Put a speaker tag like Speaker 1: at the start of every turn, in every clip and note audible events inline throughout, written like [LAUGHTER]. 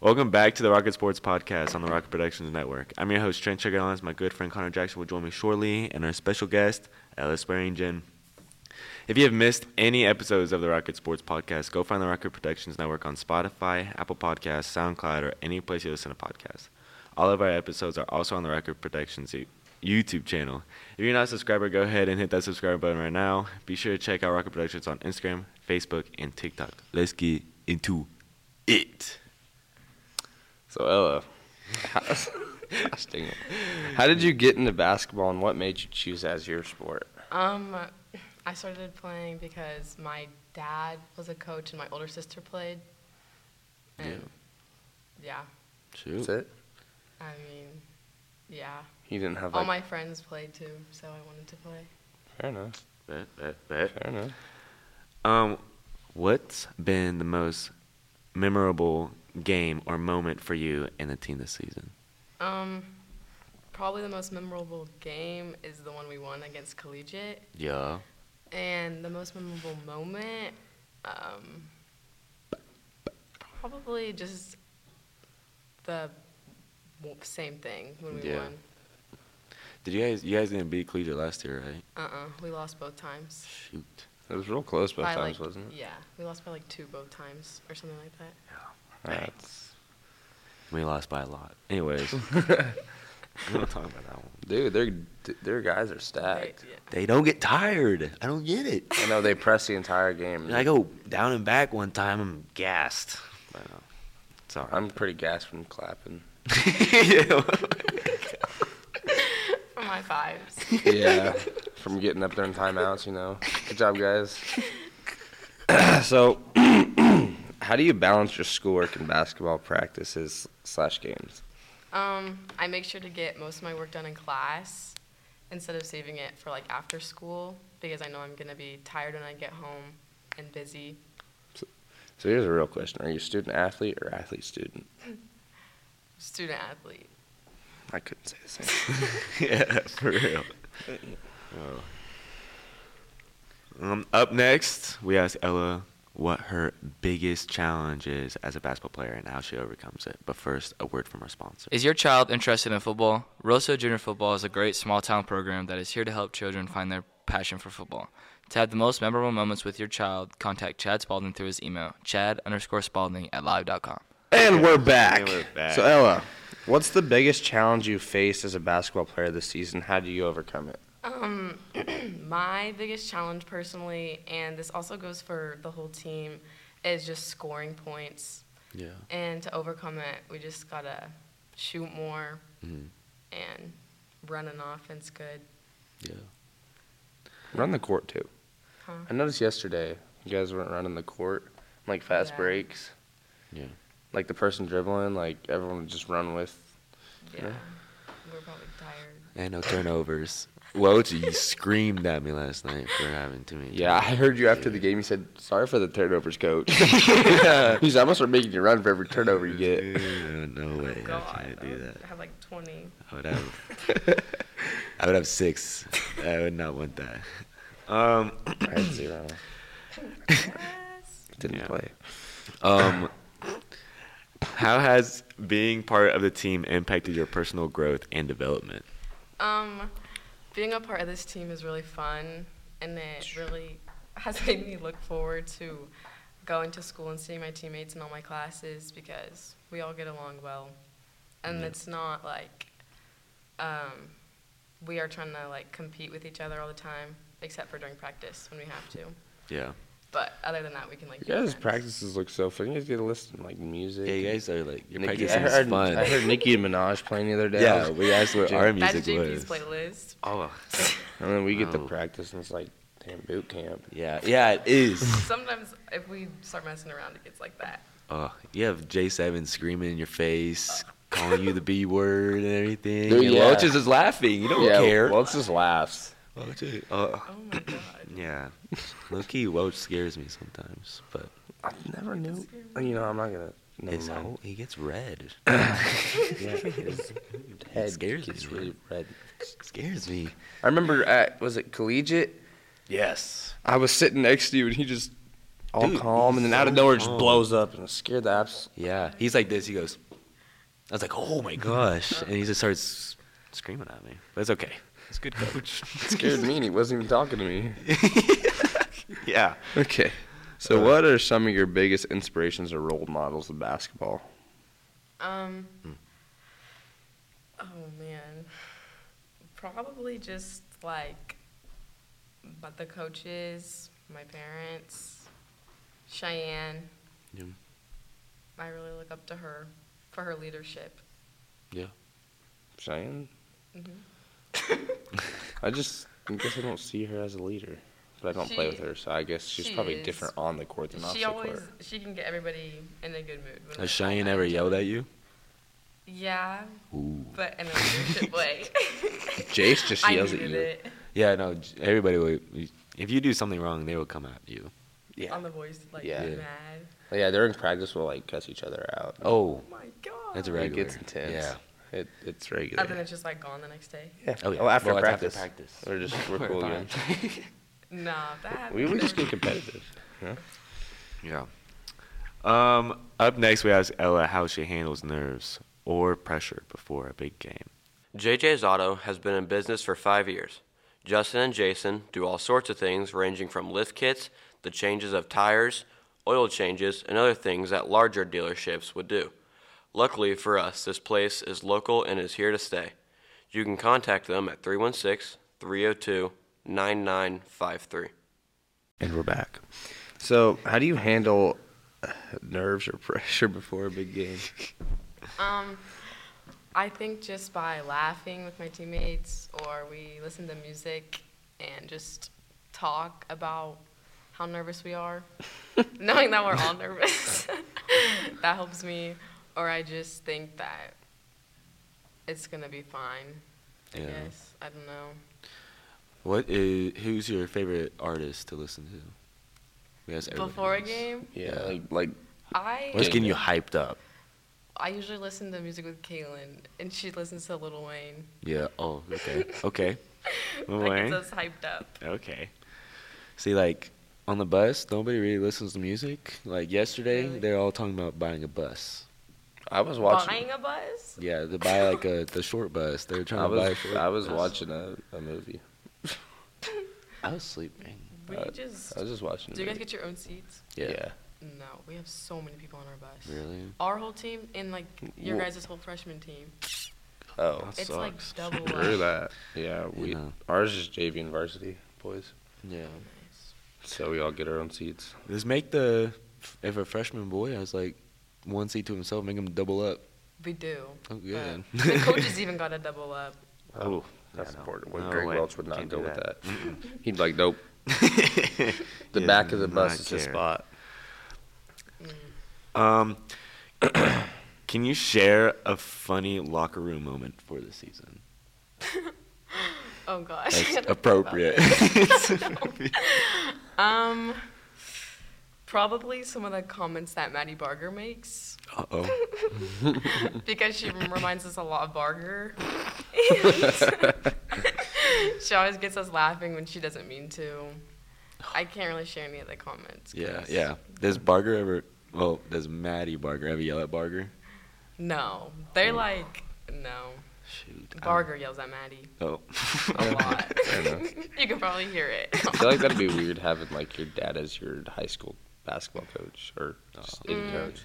Speaker 1: Welcome back to the Rocket Sports Podcast on the Rocket Productions Network. I'm your host, Trent Chigallons. My good friend Connor Jackson will join me shortly, and our special guest, Ellis Barrington. If you have missed any episodes of the Rocket Sports Podcast, go find the Rocket Productions Network on Spotify, Apple Podcasts, SoundCloud, or any place you listen to podcasts. All of our episodes are also on the Record Productions you- YouTube channel. If you're not a subscriber, go ahead and hit that subscribe button right now. Be sure to check out Rocket Productions on Instagram, Facebook, and TikTok. Let's get into it.
Speaker 2: So Ella, how, gosh dang it. how did you get into basketball, and what made you choose as your sport?
Speaker 3: Um, I started playing because my dad was a coach and my older sister played. And yeah.
Speaker 1: Shoot.
Speaker 2: it.
Speaker 3: I mean, yeah.
Speaker 2: You didn't have
Speaker 3: All
Speaker 2: like
Speaker 3: my friends played too, so I wanted to play.
Speaker 2: fair enough,
Speaker 1: Bet, bet, bet.
Speaker 2: fair enough.
Speaker 1: [LAUGHS] Um, what's been the most memorable game or moment for you and the team this season?
Speaker 3: Um, probably the most memorable game is the one we won against Collegiate,
Speaker 1: Yeah.
Speaker 3: and the most memorable moment, um, probably just the w- same thing when we
Speaker 1: Yeah.
Speaker 3: won.
Speaker 1: Did you guys? You guys didn't beat Collegiate last year, right?
Speaker 3: Uh-uh, we lost both times.
Speaker 1: Shoot.
Speaker 2: It was real close both
Speaker 3: By,
Speaker 2: times,
Speaker 3: like,
Speaker 2: wasn't it?
Speaker 3: Yeah, we lost by like two both times or something like that.
Speaker 2: That's,
Speaker 1: We lost by a lot. [LAUGHS] Anyways, we don't talk about that one.
Speaker 2: dude, their their guys are stacked.
Speaker 3: Right, yeah.
Speaker 1: They don't get tired. I don't get it.
Speaker 2: I know they press the entire game.
Speaker 1: I go down and back one time. I'm gassed. uh, I know. It's all [LAUGHS] right.
Speaker 2: I'm pretty gassed from clapping.
Speaker 1: [LAUGHS]
Speaker 3: [LAUGHS] For my fives.
Speaker 2: yeah, [LAUGHS] from getting up there in timeouts, you know. Good job,
Speaker 3: [LAUGHS]
Speaker 2: guys. so, [CLEARS THROAT] how do you balance your schoolwork and basketball practices slash games?
Speaker 3: Um, I make sure to get most of my work done in class instead of saving it for like after school because I know I'm gonna be tired when I get home and busy.
Speaker 2: So here's a real question: Are you student athlete or athlete student?
Speaker 3: Student athlete.
Speaker 2: I couldn't say the same.
Speaker 1: yeah, [LAUGHS] for real. Oh. Um, up next, we ask Ella what her biggest challenge is as a basketball player and how she overcomes it. But first, a word from our sponsor.
Speaker 4: Is your child interested in football? Rosso Junior Football is a great small town program that is here to help children find their passion for football. To have the most memorable moments with your child, contact Chad Spalding through his email, chad underscore Spalding at live.com.
Speaker 2: [LAUGHS] and we're back.
Speaker 1: And we're back.
Speaker 2: So Ella, what's the biggest challenge you faced as a basketball player this season? How do you overcome it?
Speaker 3: Um, [CLEARS THROAT] my biggest challenge personally, and this also goes for the whole team, is just scoring points.
Speaker 1: Yeah.
Speaker 3: And to overcome it, we just gotta shoot more
Speaker 1: Mhm.
Speaker 3: and run an offense good.
Speaker 1: Yeah.
Speaker 2: Run the court too.
Speaker 3: Huh?
Speaker 2: I noticed yesterday you guys weren't running the court, like fast
Speaker 3: Yeah.
Speaker 2: breaks.
Speaker 1: Yeah.
Speaker 2: Like the person dribbling, like everyone would just run with.
Speaker 3: Yeah. We're probably tired.
Speaker 1: And no turnovers. Woj, you screamed at me last night for having too many.
Speaker 2: Yeah, I heard you after the game. You said, "Sorry for the turnovers, [LAUGHS] coach." He's almost making you run for every turnover you get.
Speaker 1: Yeah, no way. I can't
Speaker 3: Oh, I
Speaker 1: do
Speaker 3: would
Speaker 1: that.
Speaker 3: have like
Speaker 1: [LAUGHS]
Speaker 3: 20.
Speaker 1: I would have. [LAUGHS] I would have six. I would not want that. Um.
Speaker 2: I had zero. Didn't
Speaker 1: Yeah.
Speaker 2: play.
Speaker 1: Um. How has being part of the team impacted your personal growth and development?
Speaker 3: Um, being a part of this team is really fun, and it really has [LAUGHS] made me look forward to going to school and seeing my teammates in all my classes because we all get along well, and
Speaker 1: Yeah.
Speaker 3: it's not like um, we are trying to like compete with each other all the time, except for during practice when we have to.
Speaker 1: Yeah.
Speaker 3: But other than that, we can like.
Speaker 2: You
Speaker 3: be
Speaker 2: guys'
Speaker 3: friends.
Speaker 2: practices look so fun. You guys get to listen to like music.
Speaker 1: Yeah, you guys are like your
Speaker 2: Nicki-
Speaker 1: practice
Speaker 2: I
Speaker 1: is
Speaker 2: heard,
Speaker 1: fun.
Speaker 2: I heard Nicki and Minaj playing the other day. I
Speaker 1: yeah,
Speaker 2: was-
Speaker 1: we asked what our
Speaker 3: That's
Speaker 1: music
Speaker 3: JP's
Speaker 1: was.
Speaker 3: playlist.
Speaker 1: Oh,
Speaker 2: and then we get to
Speaker 1: Wow.
Speaker 2: practice, and it's like damn boot camp.
Speaker 1: yeah, yeah, it is.
Speaker 3: Sometimes if we start messing around, it gets like that.
Speaker 1: Oh, you have J7 screaming in your face, calling you the B word and everything.
Speaker 2: Dude,
Speaker 1: and
Speaker 2: yeah.
Speaker 1: Welch is just laughing. You don't
Speaker 2: yeah,
Speaker 1: care.
Speaker 2: Welch just laughs.
Speaker 1: Welch is- oh,
Speaker 3: Oh my god.
Speaker 1: yeah. Low key, Welch scares me sometimes, but
Speaker 2: I never knew. You know, I'm not gonna. Never
Speaker 1: his
Speaker 2: mind.
Speaker 1: whole, he gets [LAUGHS] red.
Speaker 2: Yeah, his
Speaker 1: It
Speaker 2: head
Speaker 1: scares me.
Speaker 2: gets
Speaker 1: man.
Speaker 2: really red.
Speaker 1: scares me.
Speaker 2: I remember at was it collegiate?
Speaker 1: Yes.
Speaker 2: I was sitting next to you, and he just all
Speaker 1: Dude,
Speaker 2: calm, and
Speaker 1: he's
Speaker 2: then out of
Speaker 1: so
Speaker 2: nowhere
Speaker 1: calm.
Speaker 2: just blows up and scared the apps.
Speaker 1: Yeah, he's like this. He goes, I was like, oh my gosh, and he just starts screaming at me. But it's okay. [LAUGHS] It's good coach.
Speaker 2: Scared me, and he wasn't even talking to me.
Speaker 1: yeah.
Speaker 2: Okay. So,
Speaker 1: Uh,
Speaker 2: what are some of your biggest inspirations or role models of basketball?
Speaker 3: Um.
Speaker 2: Hmm.
Speaker 3: Oh man. Probably just like, but the coaches, my parents, Cheyenne.
Speaker 1: Yeah.
Speaker 3: I really look up to her for her leadership.
Speaker 2: Cheyenne?
Speaker 3: Mhm.
Speaker 2: [LAUGHS] I just I guess I don't see her as a leader, but I don't play with
Speaker 3: She-
Speaker 2: her, so I guess she's
Speaker 3: she
Speaker 2: probably
Speaker 3: is.
Speaker 2: different on the court than off
Speaker 3: She
Speaker 2: the
Speaker 3: always
Speaker 2: court.
Speaker 3: she can get everybody in a good mood. when
Speaker 1: Has
Speaker 3: I-
Speaker 1: Cheyenne ever yelled at you?
Speaker 3: Yeah,
Speaker 1: Ooh.
Speaker 3: but in a leadership way.
Speaker 2: Jace [LAUGHS] just
Speaker 3: [LAUGHS] I
Speaker 2: yells at
Speaker 3: needed
Speaker 2: you.
Speaker 3: it
Speaker 1: Yeah, no. j- Everybody would. If you do something wrong, they will come at you.
Speaker 2: Yeah.
Speaker 3: on the voice like
Speaker 2: Yeah.
Speaker 1: Yeah.
Speaker 3: mad.
Speaker 2: Like, yeah, during practice we'll like cuss each other out.
Speaker 1: Oh,
Speaker 3: Oh my god.
Speaker 1: that's a
Speaker 2: it
Speaker 1: regular.
Speaker 2: gets intense.
Speaker 1: Yeah.
Speaker 2: It, it's
Speaker 3: And then
Speaker 2: regular.
Speaker 3: it's just like gone the next day.
Speaker 2: Yeah.
Speaker 1: Oh, yeah.
Speaker 2: Oh, after,
Speaker 1: Well, it's after
Speaker 2: practice.
Speaker 1: practice.
Speaker 2: We're just [LAUGHS] we're cool again.
Speaker 3: Nah, that
Speaker 2: We,
Speaker 3: happened.
Speaker 2: we just get competitive.
Speaker 1: Yeah. Um. Up next, we ask Ella how she handles nerves or pressure before a big game.
Speaker 5: JJ's Auto has been in business for five years. Justin and Jason do all sorts of things, ranging from lift kits, the changes of tires, oil changes, and other things that larger dealerships would do. Luckily for us, this place is local and is here to stay. You can contact them at 316 302 9953.
Speaker 2: And we're back. So, how do you handle uh, nerves or pressure before a big game?
Speaker 3: Um, I think just by laughing with my teammates, or we listen to music and just talk about how nervous
Speaker 1: [LAUGHS]
Speaker 3: we are, knowing that we're all nervous, [LAUGHS] that helps me. Or I just think that it's gonna be fine. I
Speaker 1: Yeah.
Speaker 3: guess I don't know.
Speaker 1: What is? Who's your favorite artist to listen to? We ask everybody
Speaker 3: Before a
Speaker 1: else.
Speaker 3: game,
Speaker 2: Yeah, like, like
Speaker 3: I
Speaker 1: What's getting you hyped up?
Speaker 3: I usually listen to music with Kaylin, and she listens to Lil Wayne.
Speaker 1: Yeah. Oh. [LAUGHS] Okay. Okay. Lil
Speaker 3: that
Speaker 1: Wayne?
Speaker 3: gets us hyped up.
Speaker 1: Okay. See, like on the bus, nobody really listens to music. Like yesterday,
Speaker 3: Really?
Speaker 1: they're all talking about buying a bus.
Speaker 2: I was watching.
Speaker 3: Buying a bus?
Speaker 1: Yeah, to buy like a the short bus. They were trying
Speaker 2: I
Speaker 1: to buy. a
Speaker 2: was
Speaker 1: short
Speaker 2: I was
Speaker 1: bus.
Speaker 2: watching a, a movie.
Speaker 1: I was sleeping.
Speaker 3: We
Speaker 2: Uh,
Speaker 3: just.
Speaker 2: I was just watching. a
Speaker 3: Do you guys
Speaker 2: movie.
Speaker 3: get your own seats?
Speaker 1: Yeah.
Speaker 3: No, we have so many people on our bus.
Speaker 1: Really?
Speaker 3: Our whole team and like your
Speaker 2: Wha-
Speaker 3: guys' whole freshman team.
Speaker 2: yeah. Oh,
Speaker 1: That
Speaker 3: It's like
Speaker 1: sucks. [LAUGHS]
Speaker 3: double.
Speaker 2: through that.
Speaker 3: up.
Speaker 2: Yeah, we
Speaker 1: Yeah.
Speaker 2: ours is JV and varsity boys,
Speaker 1: Yeah.
Speaker 3: Nice.
Speaker 2: so we all get our own seats.
Speaker 1: Just make the if a freshman boy has like one seat to himself, make him double up.
Speaker 3: We do.
Speaker 1: Oh,
Speaker 3: but
Speaker 1: good. [LAUGHS]
Speaker 3: The coaches even got a double up.
Speaker 1: Oh,
Speaker 2: that's
Speaker 1: yeah, no.
Speaker 2: important. Well,
Speaker 1: No
Speaker 2: Greg
Speaker 1: way.
Speaker 2: Welch would not
Speaker 1: Can't
Speaker 2: go
Speaker 1: do
Speaker 2: with that.
Speaker 1: that.
Speaker 2: He'd like, nope.
Speaker 1: [LAUGHS]
Speaker 2: The
Speaker 1: He
Speaker 2: back
Speaker 1: does
Speaker 2: of the
Speaker 1: not
Speaker 2: bus is his
Speaker 1: care.
Speaker 2: [LAUGHS] spot.
Speaker 1: Um, [CLEARS THROAT] can you share a funny locker room moment for the
Speaker 3: [LAUGHS]
Speaker 1: season?
Speaker 3: Oh gosh.
Speaker 1: That's
Speaker 3: [LAUGHS] I gotta think about [LAUGHS]
Speaker 1: appropriate.
Speaker 3: this. Um, probably some of the comments that Maddie Barger makes
Speaker 1: uh
Speaker 3: [LAUGHS]
Speaker 1: oh. [LAUGHS]
Speaker 3: because she reminds us a lot of Barger. And she always gets us laughing when she doesn't mean to. I can't really share any of the comments.
Speaker 1: Yeah,
Speaker 3: 'cause-
Speaker 1: yeah. Does Barger ever? Well, does Maddie Barger ever yell at Barger?
Speaker 3: No, they're like no.
Speaker 1: Shoot. I-
Speaker 3: Barger yells at Maddie
Speaker 1: Oh.
Speaker 3: a
Speaker 1: [LAUGHS]
Speaker 3: lot.
Speaker 2: Fair enough.
Speaker 3: [LAUGHS] you can probably hear it.
Speaker 2: I feel like that'd be weird having like your dad as your high school basketball coach or just any
Speaker 3: Mm.
Speaker 2: coach.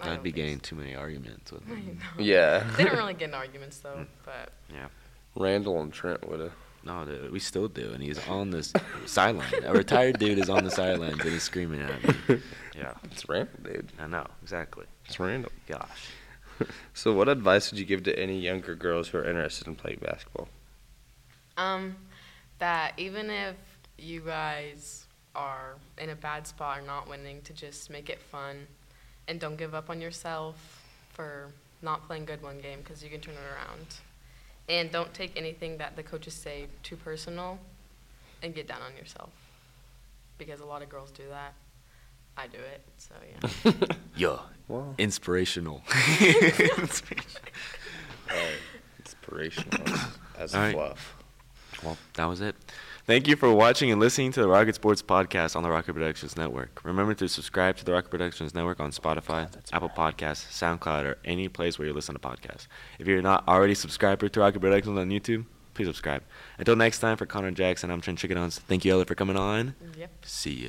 Speaker 3: I don't
Speaker 1: I'd be
Speaker 3: think
Speaker 1: getting too many arguments with
Speaker 3: so. [LAUGHS] I
Speaker 1: him.
Speaker 3: know. They don't
Speaker 2: Yeah,
Speaker 3: really get in arguments though, but
Speaker 2: [LAUGHS] Randall and Trent would [LAUGHS] have.
Speaker 1: No, dude, we still do, and he's on the s- sideline. A retired dude is on the sidelines and he's screaming [LAUGHS] at me. Yeah,
Speaker 2: It's Randall, dude.
Speaker 1: I know exactly.
Speaker 2: It's Randall.
Speaker 1: Gosh.
Speaker 2: [LAUGHS] So, what advice would you give to any younger girls who are interested in playing basketball?
Speaker 3: um, that even if you guys are in a bad spot or not winning, to just make it fun and don't give up on yourself for not playing good one game because you can turn it around. And don't take anything that the coaches say too personal and get down on yourself because a lot of girls do that. I do it, so yeah. [LAUGHS]
Speaker 1: Yo,
Speaker 2: Well,
Speaker 1: inspirational. [LAUGHS]
Speaker 2: inspirational as
Speaker 1: All right.
Speaker 2: [COUGHS] fluff.
Speaker 1: well, that was it. Thank you for watching and listening to the Rocket Sports Podcast on the Rocket Productions Network. Remember to subscribe to the Rocket Productions Network on Spotify, Apple Podcasts, SoundCloud, or any place where you listen to podcasts. If you're not already subscribed to Rocket Productions on YouTube, please subscribe. Until next time, for Connor Jackson, I'm Trent Chickenons. Thank you, Ella, for coming on.
Speaker 3: Yep.
Speaker 1: See you.